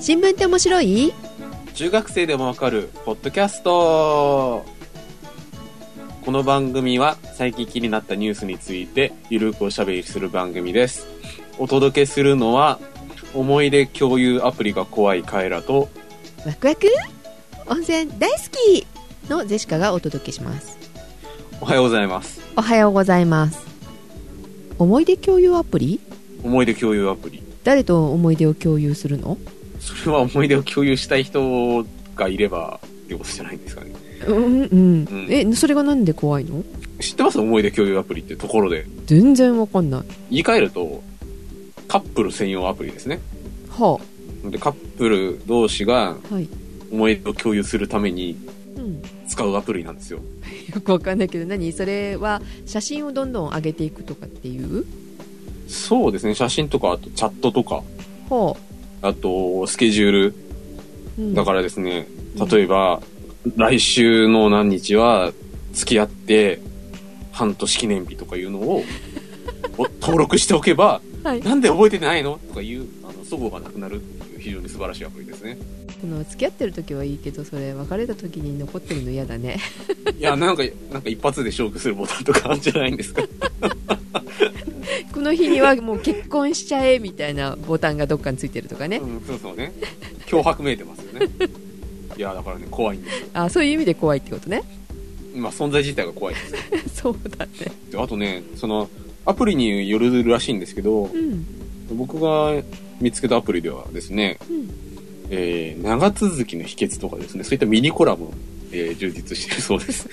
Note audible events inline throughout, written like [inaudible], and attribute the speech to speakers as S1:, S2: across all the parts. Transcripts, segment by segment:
S1: 新聞って面白い
S2: 中学生でもわかるポッドキャストこの番組は最近気になったニュースについてゆるくおしゃべりする番組ですお届けするのは思い出共有アプリが怖いカエラと
S1: ワクワク温泉大好きのゼシカがお届けします
S2: おはようございます
S1: おはようございます思い出共有アプリ
S2: 思い出共有アプリ
S1: 誰と思い出を共有するの
S2: それは思い出を共有したい人がいればってことじゃないんですかね
S1: うんうん、
S2: ん
S1: えそれがなんで怖いの
S2: 知ってます思い出共有アプリってところで
S1: 全然わかんない
S2: 言い換えるとカップル専用アプリですね
S1: は
S2: でカップル同士が
S1: あはい、
S2: 思い出を共有するために
S1: うん、
S2: 使うアプリなんですよ
S1: よくわかんないけど何それは写真をどんどん上げていくとかっていう
S2: そうですね写真とかあとチャットとか
S1: は
S2: あとスケジュール
S1: あ、うん
S2: だからですね、
S1: うん
S2: 例えば来週の何日は付き合って半年記念日とかいうのをお登録しておけば
S1: はい、
S2: なんで覚えてないのとかいうあの齟齬がなくなるっていう非常に素晴らしいアプリですね
S1: その付き合ってる時はいいけどそれ別れた時に残ってるの嫌だね
S2: いやなんかなんか一発で勝負するボタンとかあるんじゃないんですか
S1: この日にはもう結婚しちゃえみたいなボタンがどっかについてるとかね
S2: うんそうそうね脅迫めいてますよねいやだからね怖いんですよ
S1: あそういう意味で怖いってことね [laughs]
S2: まあ存在自体が怖いですよ
S1: そうだね
S2: であとねそのアプリによるらしいんですけど
S1: うん
S2: 僕が見つけたアプリではですね
S1: うん
S2: えー長続きの秘訣とかですね、そういったミニコラムを、えー充実してるそうです。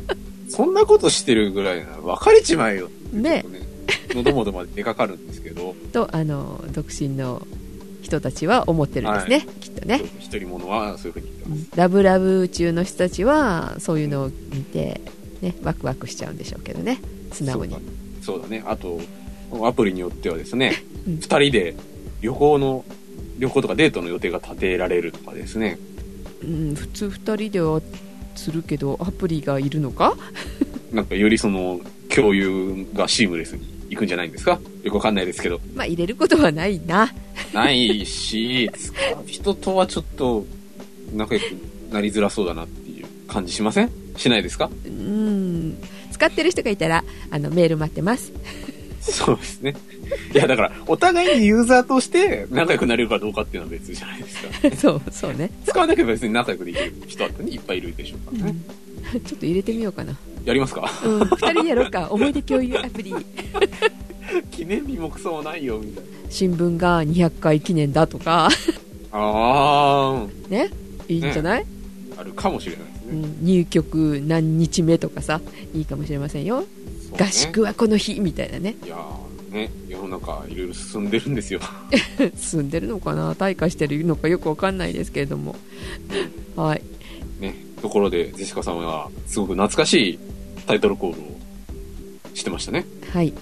S2: [laughs] そんなことしてるぐらいなら別れちまえよって
S1: ね
S2: ね、喉元まで出かかるんですけど、
S1: とあの独身の人たちは思ってるんですね、
S2: は
S1: きっとね
S2: 一人者はそういうふうに言ってます。
S1: ラブラブ中の人たちはそういうのを見て、ね、ワクワクしちゃうんでしょうけどね素直に
S2: そうだそうだね。あと、アプリによってはですね、
S1: うん
S2: 二人で旅行の、旅行とかデートの予定が立てられるとかですね。
S1: うん、普通2人ではするけどアプリがいるのか
S2: なんかよりその、共有がシームレスに行くんじゃないんですかよくわかんないですけど。
S1: まあ入れることはないな
S2: ないし、使う人とはちょっと仲良くなりづらそうだなっていう感じしませんしないですか
S1: うん使ってる人がいたらあのメール待ってます [laughs]
S2: そうですね。いや、だから、お互いにユーザーとして仲良くなれるかどうかっていうのは別じゃないですか。
S1: そうそうね、
S2: 使わなければ別に仲良くできる人だってね、いっぱいいるでしょうからね。
S1: ちょっと入れてみようかな、
S2: やりますか
S1: うん、2人でやろうか思い出共有アプリ
S2: 記念日もクソもないよ、みたいな。
S1: 新聞が200回記念だとか
S2: あ
S1: ねいいんじゃない、
S2: ー、あるかもしれないです
S1: う
S2: ね。
S1: ん、入局何日目とかさいいかもしれませんよ、
S2: そうね
S1: 合宿はこの日みたいなね
S2: いやーね、世の中いろいろ進んでるんですよ。 [laughs]
S1: 進んでるのかな退化してるのかよくわかんないですけれどもはい
S2: ね、ところで、ジェシカさんは、すごく懐かしいタイトルコールをしてましたね。
S1: はい、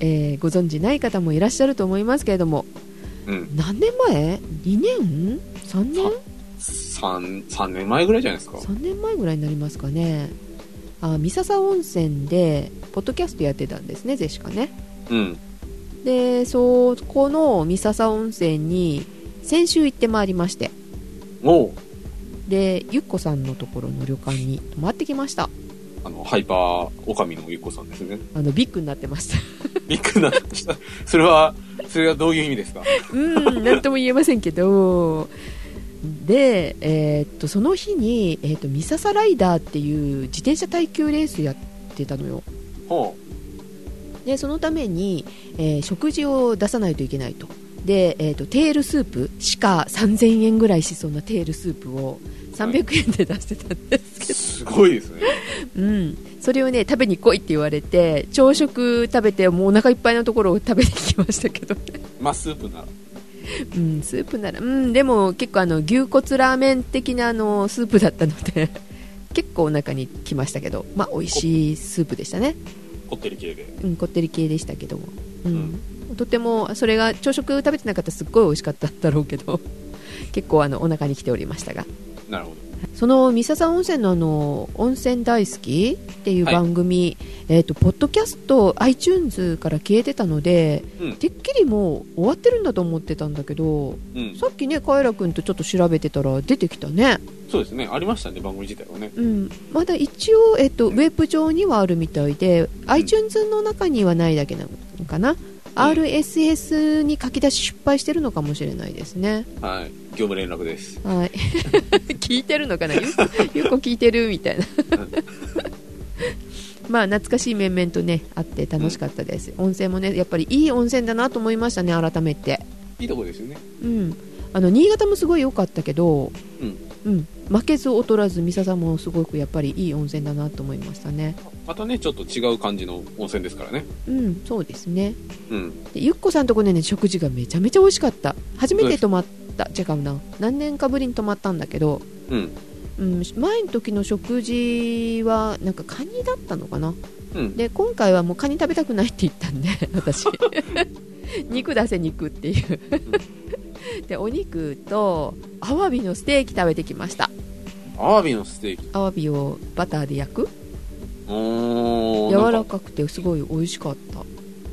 S1: えーご存知ない方もいらっしゃると思いますけれども
S2: うん。
S1: 何年前 ?2 年 ?3 年
S2: 3、三年前ぐらいじゃないですか。
S1: ?3 年前ぐらいになりますかねあ三笹温泉でポッドキャストやってたんですねゼシカね
S2: うん。
S1: でそこの三笹温泉に先週行ってまいりまして
S2: もう、
S1: でゆっこさんのところの旅館に泊まってきました
S2: あの、ハイパーオカミのゆっこさんですね。 [laughs]
S1: あのビッグになってました
S2: びっくりなってました。それは、それはどういう意味ですか
S1: [laughs] うん何とも言えませんけどで、えーっとその日に、えーっと三笹ライダーっていう自転車耐久レースやってたのよ
S2: ほ
S1: でそのために、えー食事を出さないといけないとで、えー、とテールスープしか3000円ぐらいしそうなテールスープを300円で出してたんです
S2: う。
S1: けど、
S2: すごいですね。
S1: うん、それをね食べに来いって言われて朝食食べてもうお腹いっぱいのところを食べに来ました [laughs] けど、
S2: まあ、スープなら。
S1: うん、スープなら、うん、でも結構あの牛骨ラーメン的なあのスープだったので結構お腹に来ましたけど、まあ、美味しいスープでしたね
S2: こってり系で。
S1: うん、こってり系でしたけども、うんとてもそれが朝食食べ [laughs] てなかったらすっごい美味しかったんだろうけど結構あのお腹に来ておりましたが
S2: なるほど。
S1: その三笹温泉のあの温泉大好きっていう番組、えっ、とポッドキャスト iTunes から消えてたので、
S2: うん
S1: てっきりもう終わってるんだと思ってたんだけど、
S2: うん、
S1: さっきねカエラ君とちょっと調べてたら出てきたね。
S2: そうですねありましたね番組自体はね
S1: うん、まだ一応、えっと、ウェブ上にはあるみたいで、iTunes の中にはないだけなのかな、RSS に書き出し失敗してるのかもしれないですね、
S2: はい業務連絡です
S1: はい、 [laughs] 聞いてるのかな、ゆうこゆうこ聞いてるみ [laughs] たいな、まあ懐かしい面々とねあって楽しかったです、温泉もねやっぱりいい温泉だなと思いましたね、改めて。
S2: いいとこですよね
S1: うん、あの新潟もすごい良かったけど、
S2: うん
S1: うん負けず劣らず三笹もすごくやっぱりいい温泉だなと思いましたね。
S2: またねちょっと違う感じの温泉ですからね
S1: うん、そうですね。
S2: うん
S1: でゆっこさんとこでね食事がめちゃめちゃ美味しかった。初めて泊まった違うな何年かぶりに泊まったんだけど、
S2: うん
S1: うん、前の時の食事はなんかカニだったのかな。
S2: うん
S1: で今回はもうカニ食べたくないって言ったんで [laughs] 私肉出せ肉っていうでお肉とアワビのステーキ食べてきました
S2: アワビのステーキ
S1: アワビをバターで焼く
S2: おー
S1: 柔
S2: な
S1: ら
S2: んか
S1: かくてすごい美味しかった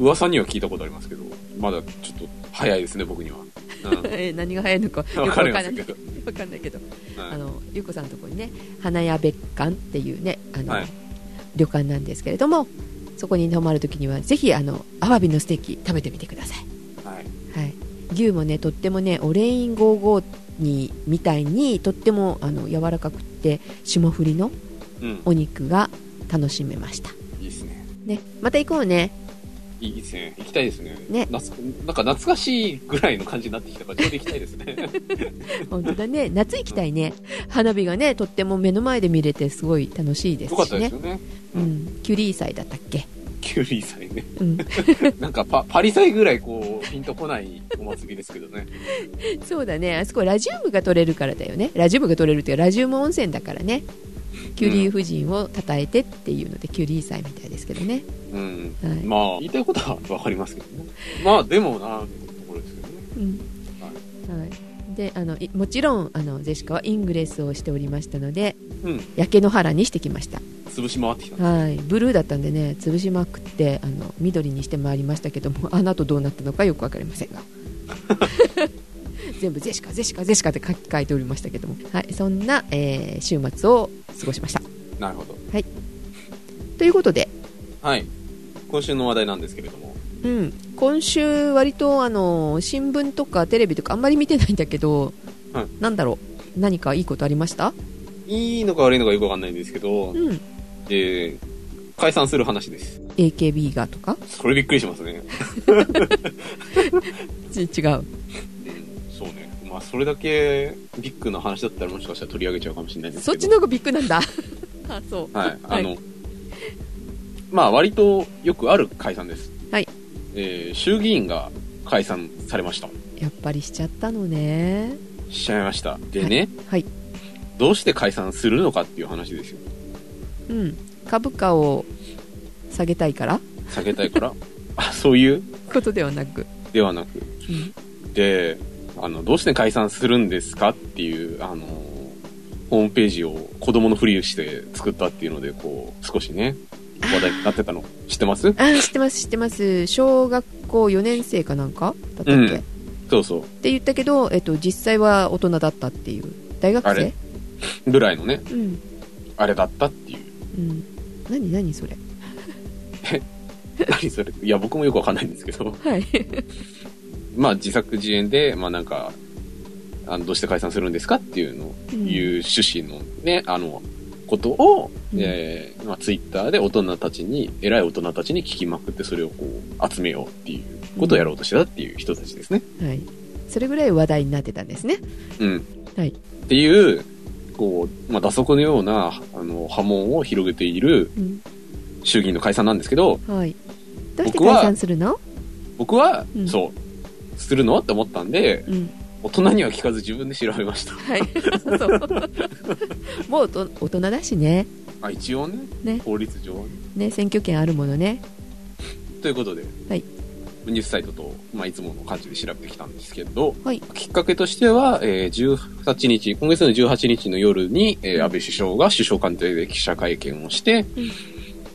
S2: 噂には聞いたことありますけどまだちょっと早いですね僕には、
S1: [laughs]
S2: う
S1: えー何が早いのかよく
S2: ん、
S1: わ
S2: わ
S1: か
S2: か
S1: ん
S2: り
S1: な
S2: ま
S1: い
S2: せんけど、
S1: わかんないけど
S2: はい
S1: あのゆうこさんのところにね花屋別館っていうねあの、
S2: はい
S1: 旅館なんですけれどもそこに泊まるときにはぜひあのアワビのステーキ食べてみてください
S2: はい、
S1: はい、牛もねとってもねオレイン55にみたいにとってもあの柔らかくって霜降りの
S2: うん
S1: お肉が楽しめました、
S2: いいですね
S1: ね、また行こう
S2: [laughs]
S1: ね
S2: いいですね行きたいですね
S1: ね
S2: なつなんか懐かしいぐらいの感じになってきたからちょうど行きたいですね
S1: 本当だね夏行きたいね花火がねとっても目の前で見れてすごい楽しいで
S2: よか
S1: す
S2: っ
S1: した
S2: です
S1: ね
S2: よね
S1: うん、キュリー祭だったっけ、
S2: キュリー祭ね
S1: うん、
S2: なんかパパリ祭ぐらいこうピンとこないお祭りですけどね
S1: そうだねあそこラジウムが取れるからだよねラジウムが取れるっていうかラジウム温泉だからねキュリー夫人を称えてっていうのでキュリー祭みたいですけどね、
S2: うん
S1: はい
S2: まあ言いたいことはわかりますけどねまあでもなってところですけどね
S1: うんはい、であのいもちろんあのジェシカはイングレスをしておりましたので
S2: うん
S1: 焼け野原にしてきました、
S2: 潰し回ってきた
S1: はい、ブルーだったんでね潰しまくってあの緑にしてまいりましたけども [laughs] あの後どうなったのかよく分かりませんが全部ジェシカジェシカジェシカって書き換えておりましたけども、はい、そんな、えー週末を過ごしました
S2: なるほど
S1: ということで、
S2: はい今週の話題なんですけれども
S1: うん、今週割とあの新聞とかテレビとかあんまり見てないんだけど、
S2: はい
S1: なんだろう何かいいことありました、
S2: いいのか悪いのかよくわかんないんですけど、
S1: うん、
S2: えー解散する話です。
S1: AKB がとか
S2: それびっくりしますね。
S1: ち違う
S2: うん、そうね。まあ、それだけビッグな話だったらもしかしたら取り上げちゃうかもしれないです
S1: そっ
S2: けど。
S1: ちの方がビッグなんだ [laughs] あそう
S2: はい。あの、まあ、割とよくある解散です。
S1: はい。
S2: えー衆議院が解散されました。
S1: やっぱりしちゃったのね
S2: しちゃいました。でね、
S1: はい、
S2: どうして解散するのかっていう話ですよ。
S1: うん、株価を下げたいから
S2: 避けたいから。あ、そういう
S1: ことではなく、
S2: ではなく。
S1: うん
S2: であのどうして解散するんですかっていうあのホームページを子供のふりして作ったっていうのでこう少しね話題になってたの知ってます
S1: あ知ってます知ってます小学校4年生かなんかだったっけ、
S2: うん
S1: って
S2: そうそ
S1: 言ったけど、えっと、実際は大人だったっていう大学
S2: あ
S1: 生
S2: れうぐらいのね
S1: うん、
S2: あれだったっていう
S1: うん、何何それ
S2: 何それいや僕もよくわかんないんですけど
S1: はい、
S2: まあ自作自演でまあなんかあのどうして解散するんですかっていうのを
S1: うん
S2: いう趣旨のね、あの、ことを、
S1: うん
S2: えーまあ、ツイッターで大人たちに、偉い大人たちに聞きまくって、それをこう、集めようっていうことをやろうとしてたっていう人たちですね。
S1: はい、それぐらい話題になってたんですね
S2: うん。
S1: はい
S2: っていう、こう、まあ、打足のような、あの、波紋を広げている
S1: うん
S2: 衆議院の解散なんですけど、
S1: はいどうして
S2: 僕は
S1: 解散するの
S2: 僕は、
S1: うん
S2: そう、するのって思ったんで、
S1: うん
S2: 大人には聞かず自分で調べました。
S1: はいそう [laughs] もうと大人だしね
S2: あ、一応ね、
S1: ね
S2: 法律上はね。
S1: ね選挙権あるものね
S2: ということで、
S1: はい
S2: ニュースサイトと、まあ、いつもの感じで調べてきたんですけど、
S1: はい
S2: きっかけとしては、えー18日、今月の18日の夜に、えー安倍首相が首相官邸で記者会見をして、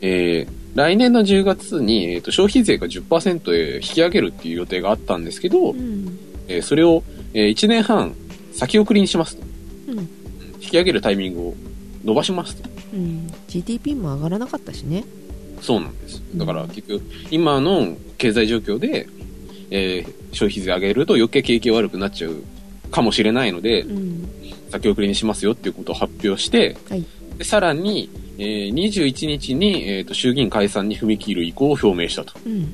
S2: えー来年の10月に、えーと消費税が10%へ引き上げるっていう予定があったんですけど、
S1: うん
S2: えーそれを、え1年半先送りにしますと。
S1: うん
S2: 引き上げるタイミングを伸ばしますと。
S1: うん GDP も上がらなかったしね
S2: そうなんです。だから結局、今の経済状況で、えー消費税上げると余計景気悪くなっちゃうかもしれないので
S1: う、ん
S2: 先送りにしますよっていうことを発表して、
S1: はい
S2: でさらに、えー21日に、えーと衆議院解散に踏み切る意向を表明したと
S1: うん
S2: うん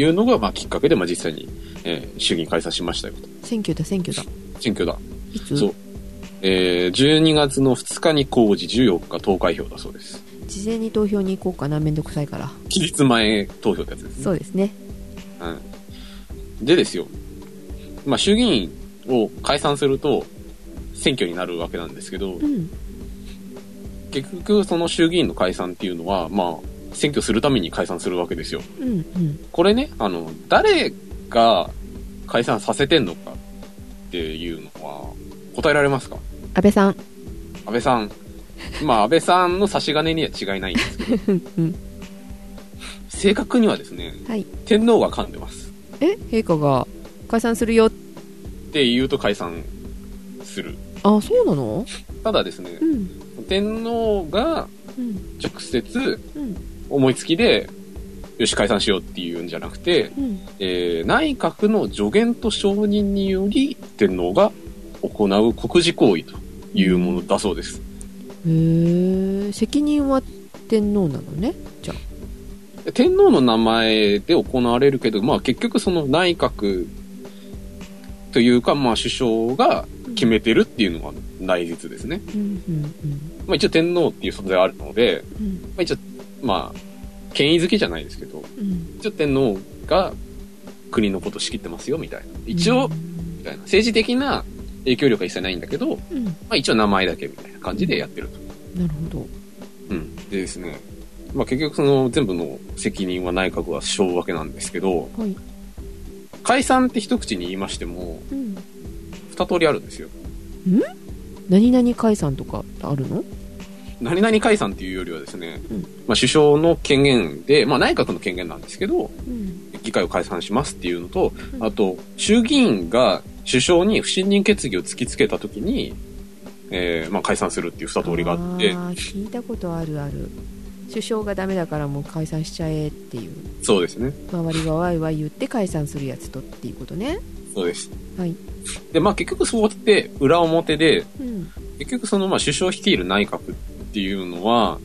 S2: いうのが、まあ、きっかけで、まあ、実際に、えー衆議院解散しましたよと。
S1: 選挙だ選挙だ
S2: 選挙だ。
S1: いつ
S2: そう。えー12月の2日に公示、14日投開票だそうです。
S1: 事前に投票に行こうかなめんどくさいから
S2: 期日前投票ってやつですね。
S1: そうですね
S2: うんでですよ、まあ、衆議院を解散すると選挙になるわけなんですけど
S1: う、ん
S2: 結局その衆議院の解散っていうのは、まあ、選挙するために解散するわけですよ。
S1: うんうん
S2: これね、あの、誰が解散させてんのかっていうのは、答えられますか
S1: 安倍さん
S2: 安倍さん。まあ、安倍さんの差し金には違いないんですけど、
S1: うん
S2: 正確にはですね、
S1: はい
S2: 天皇が噛んでます。
S1: え陛下が解散するよ
S2: って言うと解散する。
S1: あそうなの
S2: ただですね
S1: う、ん
S2: 天皇が
S1: うん
S2: 直接
S1: うん
S2: 思いつきで、よし、解散しようっていうんじゃなくて、
S1: うん
S2: えー内閣の助言と承認により、天皇が行う国事行為というものだそうです。
S1: へえ責任は天皇なのね
S2: 天皇の名前で行われるけど、まあ結局その内閣というか、まあ首相が決めてるっていうのが内実ですね。
S1: うんうん
S2: まあ一応天皇っていう存在があるので、
S1: うんうん
S2: まあ一応、まあ、権威づけじゃないですけど、
S1: うん
S2: 一応天皇が国のこと仕切ってますよみたいな一応、みたいな政治的な影響力は一切ないんだけど、ま
S1: うん
S2: あ、一応名前だけみたいな感じでやってると、
S1: なるほど
S2: うん、でですね、まあ、結局その全部の責任は内閣が背負うわけなんですけど
S1: はい
S2: 解散って一口に言いましても
S1: うん
S2: 二通りあるんですよ
S1: 何々解散とかあるの
S2: 何々解散っていうよりはですね、
S1: うん
S2: まあ、首相の権限で、まあ、内閣の権限なんですけど
S1: うん
S2: 議会を解散しますっていうのと、
S1: うん
S2: あと、衆議院が首相に不信任決議を突きつけたときに、えーまあ、解散するっていう二通りがあって、
S1: ー聞いたことあるある首相がダメだからもう解散しちゃえっていう
S2: そうですね。
S1: 周りがワイワイ言って解散するやつとっていうことね
S2: そうです。
S1: はい
S2: で、まあ、結局そうやって、裏表で、
S1: うん
S2: 結局その、まあ、首相率いる内閣っていうのは、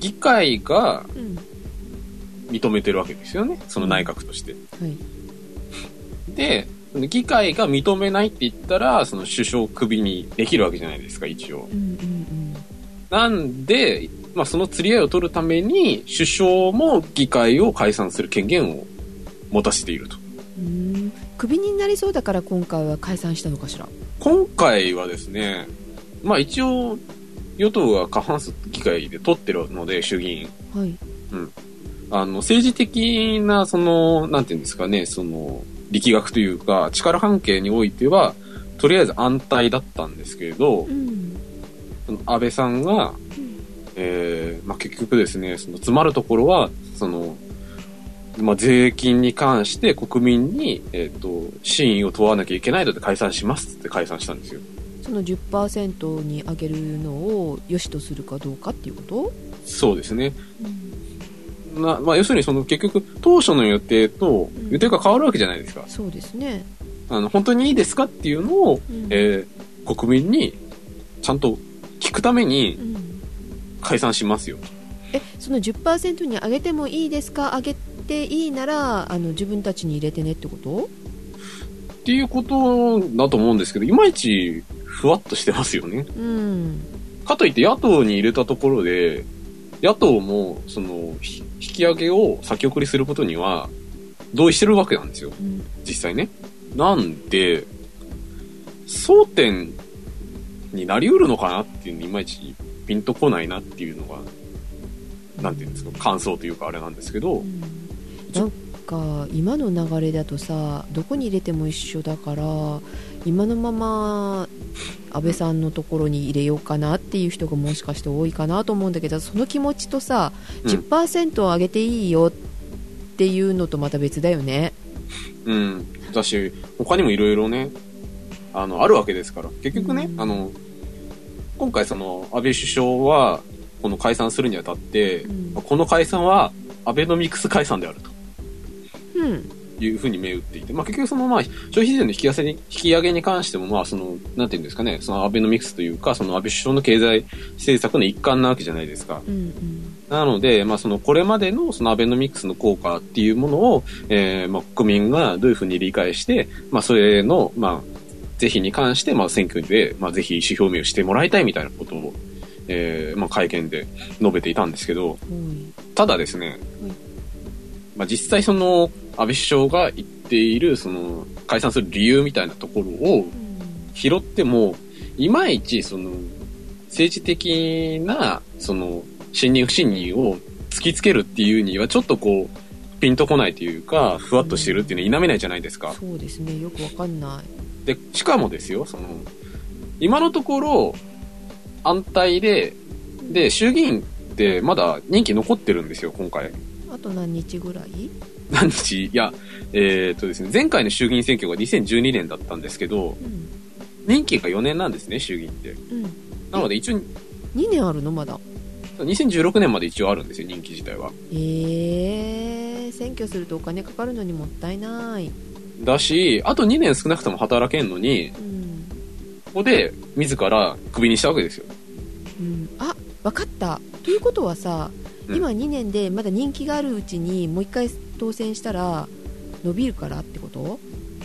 S2: 議会が
S1: うんうん
S2: 認めてるわけですよね。その内閣として。
S1: はい
S2: で、その議会が認めないって言ったら、その首相をクビにできるわけじゃないですか、一応。
S1: うんうん
S2: なんで、まあ、その釣り合いを取るために、首相も議会を解散する権限を持たせていると。
S1: うんうーんクビになりそうだから今回は解散したのかしら
S2: 今回はですね、まあ一応、与党が過半数議会で取ってるので、衆議院。
S1: はい
S2: あの、政治的な、その、なんていうんですかね、その、力学というか、力関係においては、とりあえず安泰だったんですけれど
S1: う、ん
S2: その安倍さんが、えーまあ、結局ですね、その詰まるところは、その、まあ、税金に関して国民に、えっ、と、真意を問わなきゃいけないので解散しますって解散したんですよ。
S1: その10%に上げるのを良しとするかどうかっていうこと、
S2: そうですね。
S1: うん、
S2: な、まあ、要するにその結局、当初の予定と
S1: うん
S2: 予定が変わるわけじゃないですか。
S1: そうですね、
S2: あの、本当にいいですかっていうのを、
S1: うん
S2: えー国民にちゃんと聞くために
S1: うん
S2: 解散しますよ。
S1: えその10%に上げてもいいですか上げていいならあの自分たちに入れてねってこと
S2: っていうことだと思うんですけど、いまいちふわっとしてますよね。
S1: うん
S2: かといって野党に入れたところで、野党も、その、ひ引き上げを先送りすることには、同意してるわけなんですよ、
S1: うん
S2: 実際ね。なんで、争点になりうるのかなっていうのいまいちピンとこないなっていうのが、なんていうんですか、感想というかあれなんですけど、
S1: うん
S2: ちょ
S1: なんか今の流れだとさどこに入れても一緒だから今のまま安倍さんのところに入れようかなっていう人がもしかして多いかなと思うんだけどその気持ちとさ、
S2: うん
S1: 10%上げていいよっていうのとまた別だよね
S2: うん。私、他にもいろいろね、あの、あるわけですから。結局ね
S1: う、ん
S2: あの、今回その、安倍首相は、この解散するにあたって、
S1: うん
S2: この解散は、アベノミクス解散であると
S1: うん
S2: いうふうに銘打っていて、まあ結局その、まあ、消費税の引き上げに、引き上げに関しても、まあその、なんていうんですかね、そのアベノミクスというか、その安倍首相の経済政策の一環なわけじゃないですか。
S1: うんうん
S2: なので、まあ、そのこれまでのそのアベノミクスの効果っていうものを、えーまあ、国民がどういうふうに理解して、まあ、それの、まあ、是非に関して、まあ、選挙で、まあ、是非意思表明をしてもらいたいみたいなことを、えーまあ、会見で述べていたんですけど、
S1: うん
S2: ただですね
S1: うん、
S2: まあ、実際その安倍首相が言っているその解散する理由みたいなところを拾っても、いまいち、その、政治的な、その、信任不信任を突きつけるっていうには、ちょっとこう、ピンとこないというか、ふわっとしてるっていうのは否めないじゃないですか。
S1: そうですねよくわかんない
S2: で、しかもですよ、その、今のところ、安泰で、で、衆議院ってまだ任期残ってるんですよ、今回。 [laughs]
S1: あと何日ぐらい
S2: 何日いや、えーっとですね、前回の衆議院選挙が2012年だったんですけど、
S1: うん
S2: 任期が4年なんですね、衆議院って。
S1: うん
S2: なので一応
S1: 2年あるのまだ
S2: 2016年まで一応あるんですよ、任期自体は。
S1: えー、選挙するとお金かかるのにもったいない、
S2: だし、あと2年少なくとも働けんのに、
S1: うん
S2: ここで自らクビにしたわけですよ。
S1: うん、あ分かったということはさ、
S2: うん
S1: 今2年でまだ人気があるうちにもう1回当選したら伸びるからってこと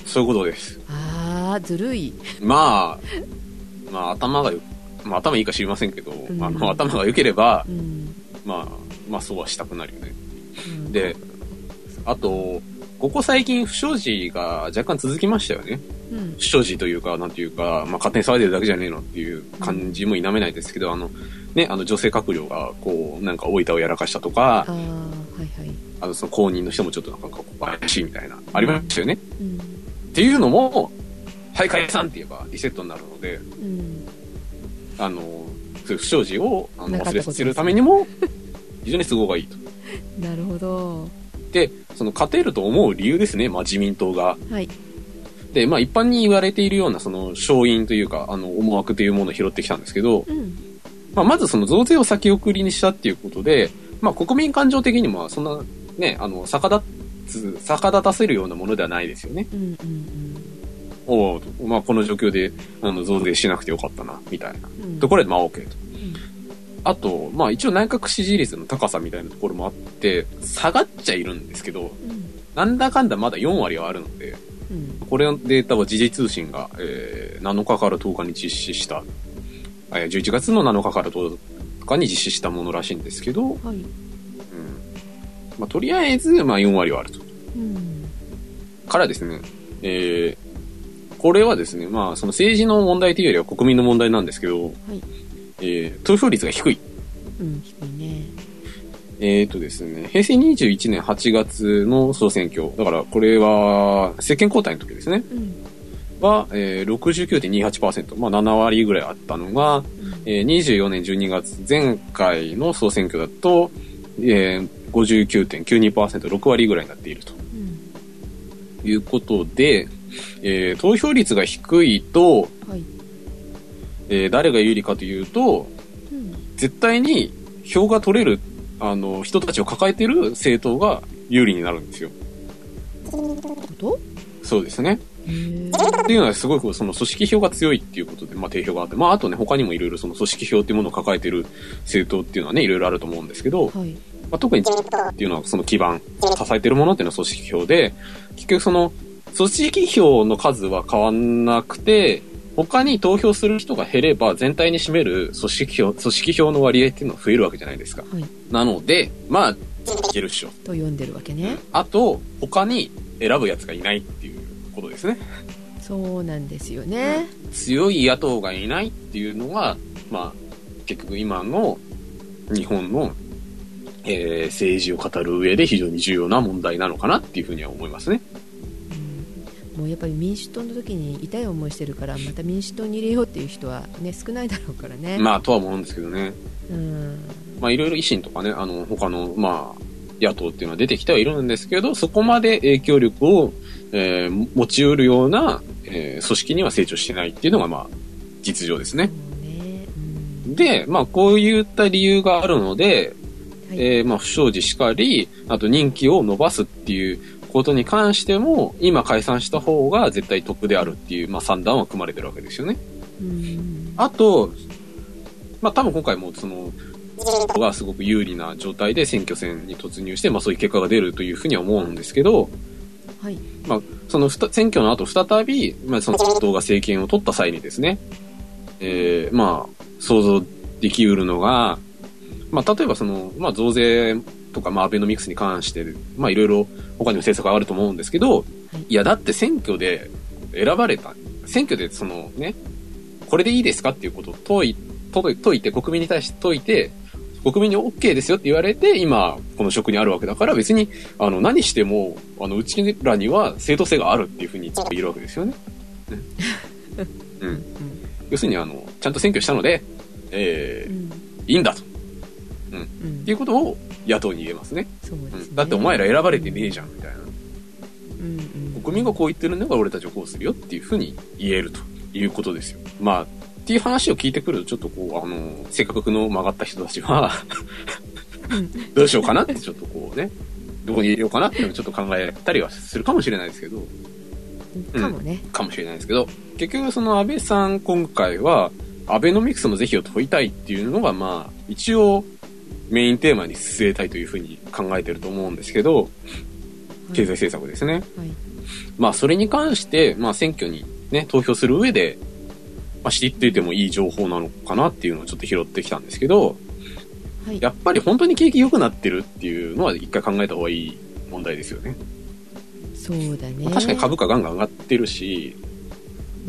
S2: そういうことです。
S1: あーずるい
S2: まあ、まあ頭がよ、まあ頭いいか知りませんけど、
S1: ん
S2: あの頭が良ければ、
S1: うん、
S2: まあ、まあそうはしたくなるよね。
S1: うん
S2: で、あと、ここ最近不祥事が若干続きましたよね。
S1: うん
S2: 不祥事というか、なんていうか、まあ勝手に騒いでるだけじゃねえのっていう感じも否めないですけど、あの、ね、あの女性閣僚がこう、なんか大分をやらかしたとか
S1: あ、ーはいはい、
S2: あの、その公認の人もちょっとなんかこう怪しいみたいな、ありましたよね。
S1: うん
S2: っていうのも、はい、解散って言えばリセットになるので、
S1: うん、
S2: あの、そういう不祥事をあの
S1: なかったことで
S2: 忘れ
S1: す
S2: させるためにも、非常に都合がいいと。
S1: なるほど
S2: で、その勝てると思う理由ですね、まあ自民党が。
S1: はい
S2: で、まあ一般に言われているような、その、勝因というか、あの、思惑というものを拾ってきたんですけど、
S1: うん
S2: まあまずその増税を先送りにしたっていうことで、まあ国民感情的にも、そんな、ね、あの、逆立つ、逆立たせるようなものではないですよね。
S1: うんうん
S2: おうまあ、この状況であの増税しなくてよかったな、みたいな
S1: うんうん
S2: ところで、まあ、OK と。
S1: うん
S2: あと、まあ、一応内閣支持率の高さみたいなところもあって、下がっちゃいるんですけど、
S1: うん
S2: なんだかんだまだ4割はあるので、
S1: うん
S2: これのデータは時事通信が、えー7日から10日に実施した、えー11月の7日から10日に実施したものらしいんですけど、うん。
S1: はい
S2: まあ、とりあえず、まあ、4割はあると。
S1: うん
S2: からですね、えーこれはですね、まあ、その政治の問題というよりは国民の問題なんですけど、
S1: い
S2: えー投票率が低い。
S1: うん低いね
S2: えっ、とですね、平成21年8月の総選挙、だからこれは、政権交代の時ですね、
S1: うん
S2: は、えー、69.28%、まあ7割ぐらいあったのが、
S1: うん
S2: えー24年12月、前回の総選挙だと、えー、59.92%、6割ぐらいになっていると。
S1: うん
S2: ということで、えー投票率が低いと、
S1: はい
S2: えー誰が有利かというと、
S1: うん
S2: 絶対に票が取れる、あの、人たちを抱えてる政党が有利になるんですよ。
S1: こと
S2: そうですね。
S1: へー
S2: っていうのはすごくその組織票が強いっていうことで、まあ定評があって、まああとね、他にもいろいろその組織票っていうものを抱えてる政党っていうのはね、いろいろあると思うんですけど、
S1: はい
S2: まあ、特にっていうのはその基盤、支えてるものっていうのは組織票で、結局その、組織票の数は変わんなくて、他に投票する人が減れば全体に占める組織票、組織票の割合っていうのは増えるわけじゃないですか。
S1: はい
S2: なので、まあ、いけるっしょ。
S1: と読んでるわけね
S2: あと、他に選ぶやつがいないっていうことですね。
S1: そうなんですよね、
S2: 強い野党がいないっていうのが、まあ、結局今の日本のえー政治を語る上で非常に重要な問題なのかなっていうふうには思いますね。
S1: もうやっぱり民主党の時に痛い思いしてるからまた民主党に入れようっていう人は、ね、少ないだろうからね。
S2: まあ、とは思うんですけどね。
S1: うん
S2: まあ、いろいろ維新とかね、あの、他の、まあ、野党っていうのは出てきてはいるんですけど、そこまで影響力を、えー持ち得るような、えー組織には成長してないっていうのが、まあ、実情ですね。
S1: ねうん
S2: で、まあ、こういった理由があるので、
S1: はい
S2: えーまあ、不祥事しかり、あと任期を伸ばすっていうことに関しても、今解散した方が絶対得であるっていう、まあ、算段は組まれてるわけですよね。
S1: うん
S2: あと、まあ、多分今回もその、がすごく有利な状態で選挙戦に突入して、まあ、そういう結果が出るというふうには思うんですけど、
S1: はい
S2: まあ、そのふた選挙の後再び、まあ、その党が政権を取った際にですね、えーまあ、想像できうるのが、まあ、例えばその、まあ、増税とか、まあ、アベノミクスに関して、まあ、いろいろ他にも政策があると思うんですけど、いや、だって選挙で選ばれた、選挙でそのね、これでいいですかっていうことを問い、問い解いて、国民に対して解いて、国民に OK ですよって言われて、今、この職にあるわけだから、別に、あの、何しても、あの、うちらには正当性があるっていうふうに言えるわけですよね。ねうん。要するに、あの、ちゃんと選挙したので、え
S1: う
S2: ー
S1: ん
S2: いいんだと。っ
S1: うん
S2: ていうことを野党に言えますね。
S1: そうです
S2: う
S1: ね
S2: ん。だってお前ら選ばれてねえじゃん、みたいな。
S1: うんうん
S2: 国民がこう言ってるんだから俺たちはこうするよっていうふうに言えるということですよ。まあ、っていう話を聞いてくると、ちょっとこう、あの、性格の曲がった人たち
S1: [laughs]
S2: は、どうしようかなって、ちょっとこうね、どこに入れようかなっていうのをちょっと考えたりはするかもしれないですけど、うん
S1: かもね、
S2: かもしれないですけど、結局その安倍さん今回は、アベノミクスの是非を問いたいっていうのが、まあ、一応、メインテーマに据えたいというふうに考えてると思うんですけど、経済政策ですね。
S1: はい
S2: まあ、それに関して、まあ、選挙にね、投票する上で、まあ、知っていてもいい情報なのかなっていうのをちょっと拾ってきたんですけど、
S1: はい
S2: やっぱり本当に景気良くなってるっていうのは一回考えた方がいい問題ですよね。
S1: そうだね、
S2: まあ、確かに株価ガンガン上がってるし、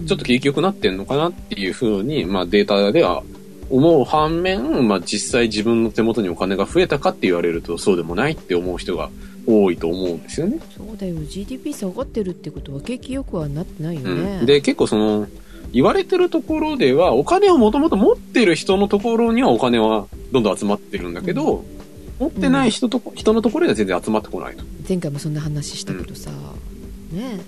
S2: ちょっと景気良くなってんのかなっていうふうに、まあ、データでは思う反面、まあ、実際自分の手元にお金が増えたかって言われるとそうでもないって思う人が多いと思うんですよね。
S1: そうだよ GDP 下がってるってことは景気よくはなってないよね、
S2: うん、で結構その言われてるところではお金をもともと持ってる人のところにはお金はどんどん集まってるんだけど、持ってない人とこ人のところには全然集まってこないと。
S1: 前回もそんな話したけどさ、ね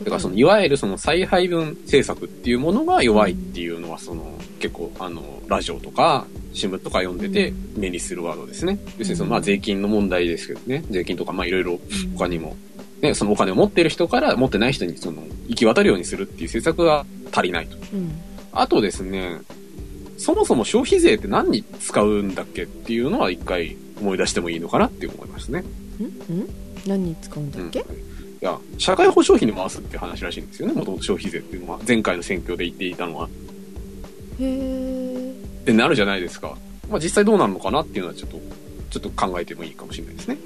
S1: え
S2: だからそのいわゆるその再配分政策っていうものが弱いっていうのはその結構あのラジオとか新聞とか読んでて目にするワードですね。要するにそのまあ税金の問題ですけどね。税金とかまあいろいろ他にも。ね、そのお金を持ってる人から持ってない人にその行き渡るようにするっていう政策が足りないと。
S1: うん
S2: あとですね、そもそも消費税って何に使うんだっけっていうのは一回思い出してもいいのかなって思いますね。
S1: うんん何に使うんだっけ、
S2: うんいや、社会保障費に回すっていう話らしいんですよね。もともと消費税っていうのは、前回の選挙で言っていたのは。
S1: へえ
S2: ってなるじゃないですか。まあ実際どうなるのかなっていうのはちょっと、ちょっと考えてもいいかもしれないですね。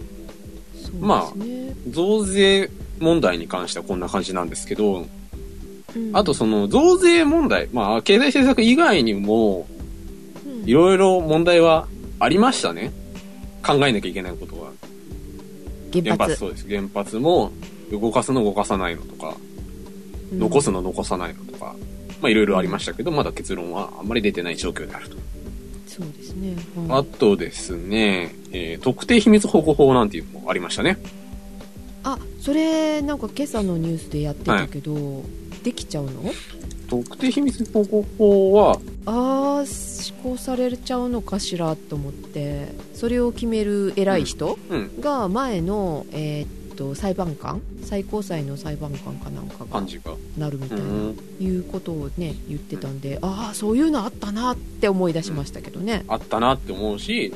S1: そうです
S2: まあ
S1: ね、
S2: 増税問題に関してはこんな感じなんですけど、
S1: うん
S2: あとその増税問題、まあ経済政策以外にも、
S1: うん
S2: いろいろ問題はありましたね。考えなきゃいけないことは。
S1: 原
S2: 原
S1: 発
S2: 発そうです。原発も動かすの動かさないのとか、残すの残さないのとか、まあいろいろありましたけど、まだ結論はあんまり出てない状況であると。
S1: うんそうですね、はい
S2: あとですね、えー特定秘密保護法なんていうのもありましたね。
S1: あそれなんか今朝のニュースでやってたけど、できちゃうの
S2: 特定秘密保護法は、
S1: ああ施行されちゃうのかしらと思ってそれを決める偉い人
S2: うん、
S1: が前の、えーっと裁判官最高裁の裁判官かなんかが
S2: 感じが。
S1: なるみ
S2: う
S1: たいな、
S2: ん。
S1: いうことをね言ってたんで、ああそういうのあったなって思い出しましたけどね、
S2: あったなって思うし、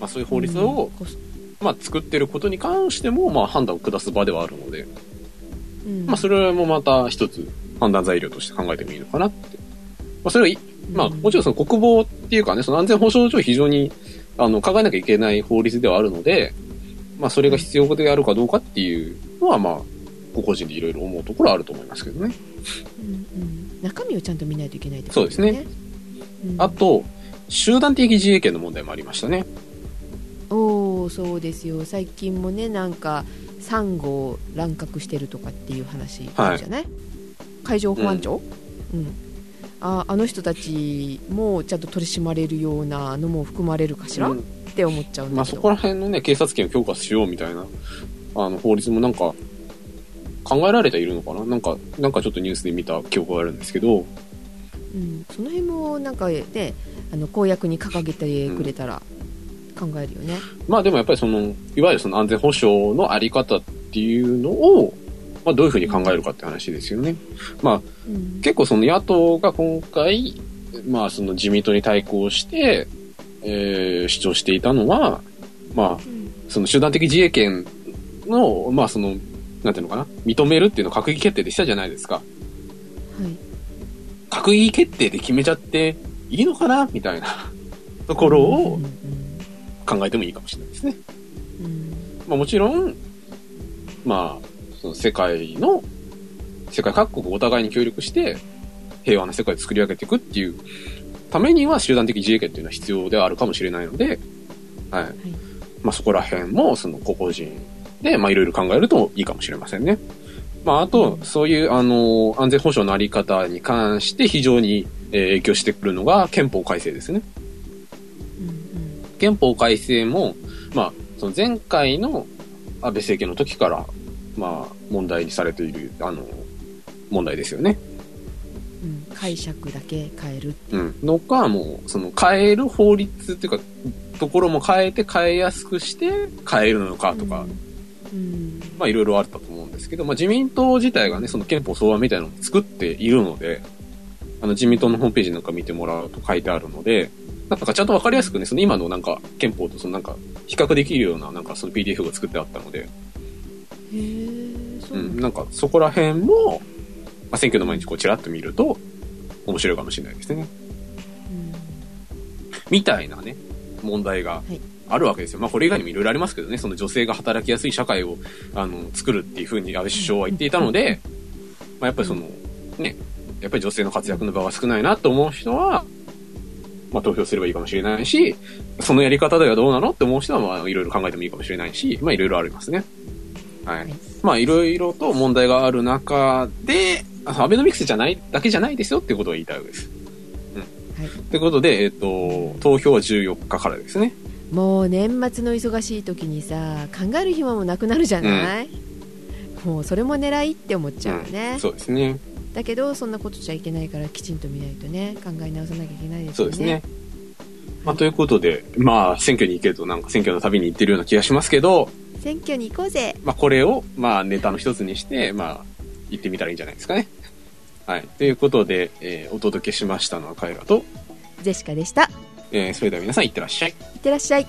S2: まあそういう法律を、
S1: うんこす
S2: まあ作ってることに関しても、まあ判断を下す場ではあるので、
S1: うん
S2: まあ、それもまた一つ判断材料として考えてもいいのかなって。まあ、それはい、まあ、もちろんその国防っていうかね、その安全保障上非常に、あの、考えなきゃいけない法律ではあるので、まあ、それが必要であるかどうかっていうのは、まあ、ご個人でいろいろ思うところはあると思いますけどね。
S1: うんうん中身をちゃんと見ないといけないってこと
S2: そうです
S1: ね、うん
S2: あと、集団的自衛権の問題もありましたね。
S1: おーそうですよ最近もねなんかサンゴ乱獲してるとかっていう話あるじゃない、海上保安庁、うんああの人たちもちゃんと取り締まれるようなのも含まれるかしら、
S2: う
S1: っ
S2: ん
S1: て思っちゃうん
S2: ま
S1: だ
S2: あ、
S1: け
S2: そ
S1: ど、
S2: こら辺のね、警察権を強化しようみたいな、あの、法律もなんか、考えられているのかななんか、なんかちょっとニュースで見た記憶があるんですけど、
S1: うん、その辺もなんかねあの公約に掲げてくれたら考えるよね、
S2: まあでもやっぱりその、いわゆるその安全保障のあり方っていうのを、まあどういうふうに考えるかって話ですよね。まあ
S1: うん
S2: 結構その野党が今回、まあその自民党に対抗して、えー主張していたのは、まあその集団的自衛権の、まあその、なんていうのかな、認めるっていうのを閣議決定でしたじゃないですか。
S1: はい、
S2: 閣議決定で決めちゃっていいのかなみたいなところ
S1: う
S2: を
S1: ん
S2: 考えてもいいかもしれないですね。
S1: うんうん
S2: まあもちろん、まあ、その世界の、世界各国お互いに協力して平和な世界を作り上げていくっていうためには集団的自衛権っていうのは必要ではあるかもしれないので、はい。まあそこら辺もその個々人で、まあいろいろ考えるといいかもしれませんね。まああと、そういうあの、安全保障のあり方に関して非常にえー影響してくるのが憲法改正ですね。
S1: うん
S2: 憲法改正も、まあ、その前回の安倍政権の時から、まあ、問題にされている、あの、問題ですよね。
S1: うんうん、解釈だけ変える
S2: うん。のか、もう、その変える法律っていうか、ところも変えて変えやすくして変えるのかとか、
S1: うん
S2: まあ、いろいろあったと思うんですけど、まあ、自民党自体がね、その憲法草案みたいなのを作っているので、あの、自民党のホームページなんか見てもらうと書いてあるので、なんかちゃんとわかりやすくね、その今のなんか憲法とそのなんか比較できるようななんかその PDF が作ってあったので、
S1: へえそううなん
S2: ん、
S1: だ
S2: なんかそこら辺も、まあ、選挙の前にこうちらっと見ると面白いかもしれないですね。みたいなね、問題が
S1: い
S2: あるわけですよ。まあこれ以外にもいろいろありますけどね、その女性が働きやすい社会をあの作るっていうふうに安倍首相は言っていたので、まあやっぱりその、ね、やっぱり女性の活躍の場が少ないなと思う人は、まあ投票すればいいかもしれないし、そのやり方ではどうなのって思う人はまあいろいろ考えてもいいかもしれないし、まあいろいろありますね。は
S1: はい
S2: い。まあいろいろと問題がある中で、あアベノミクスじゃない、だけじゃないですよってことを言いたいわけです。
S1: はい
S2: ということで、えっ、と、投票は14日からですね。
S1: もう年末の忙しい時にさ考える暇もなくなるじゃない、もうそれも狙いって思っちゃうよね、
S2: そうですね。
S1: だけどそんなことじゃいけないからきちんと見ないとね考え直さなきゃいけないです
S2: そう
S1: よ
S2: で
S1: ね
S2: すね。まあ、ということで、まあ、選挙に行けるとなんか選挙の旅に行ってるような気がしますけど、
S1: 選挙に行こうぜ
S2: まあ、これを、まあ、ネタの一つにして、まあ、行ってみたらいいんじゃないですかね。はい。ということで、えーお届けしましたのはカエラと、
S1: ジェシカでしたい
S2: えーそれでは皆さん行ってらっしゃい。
S1: ってらっしゃい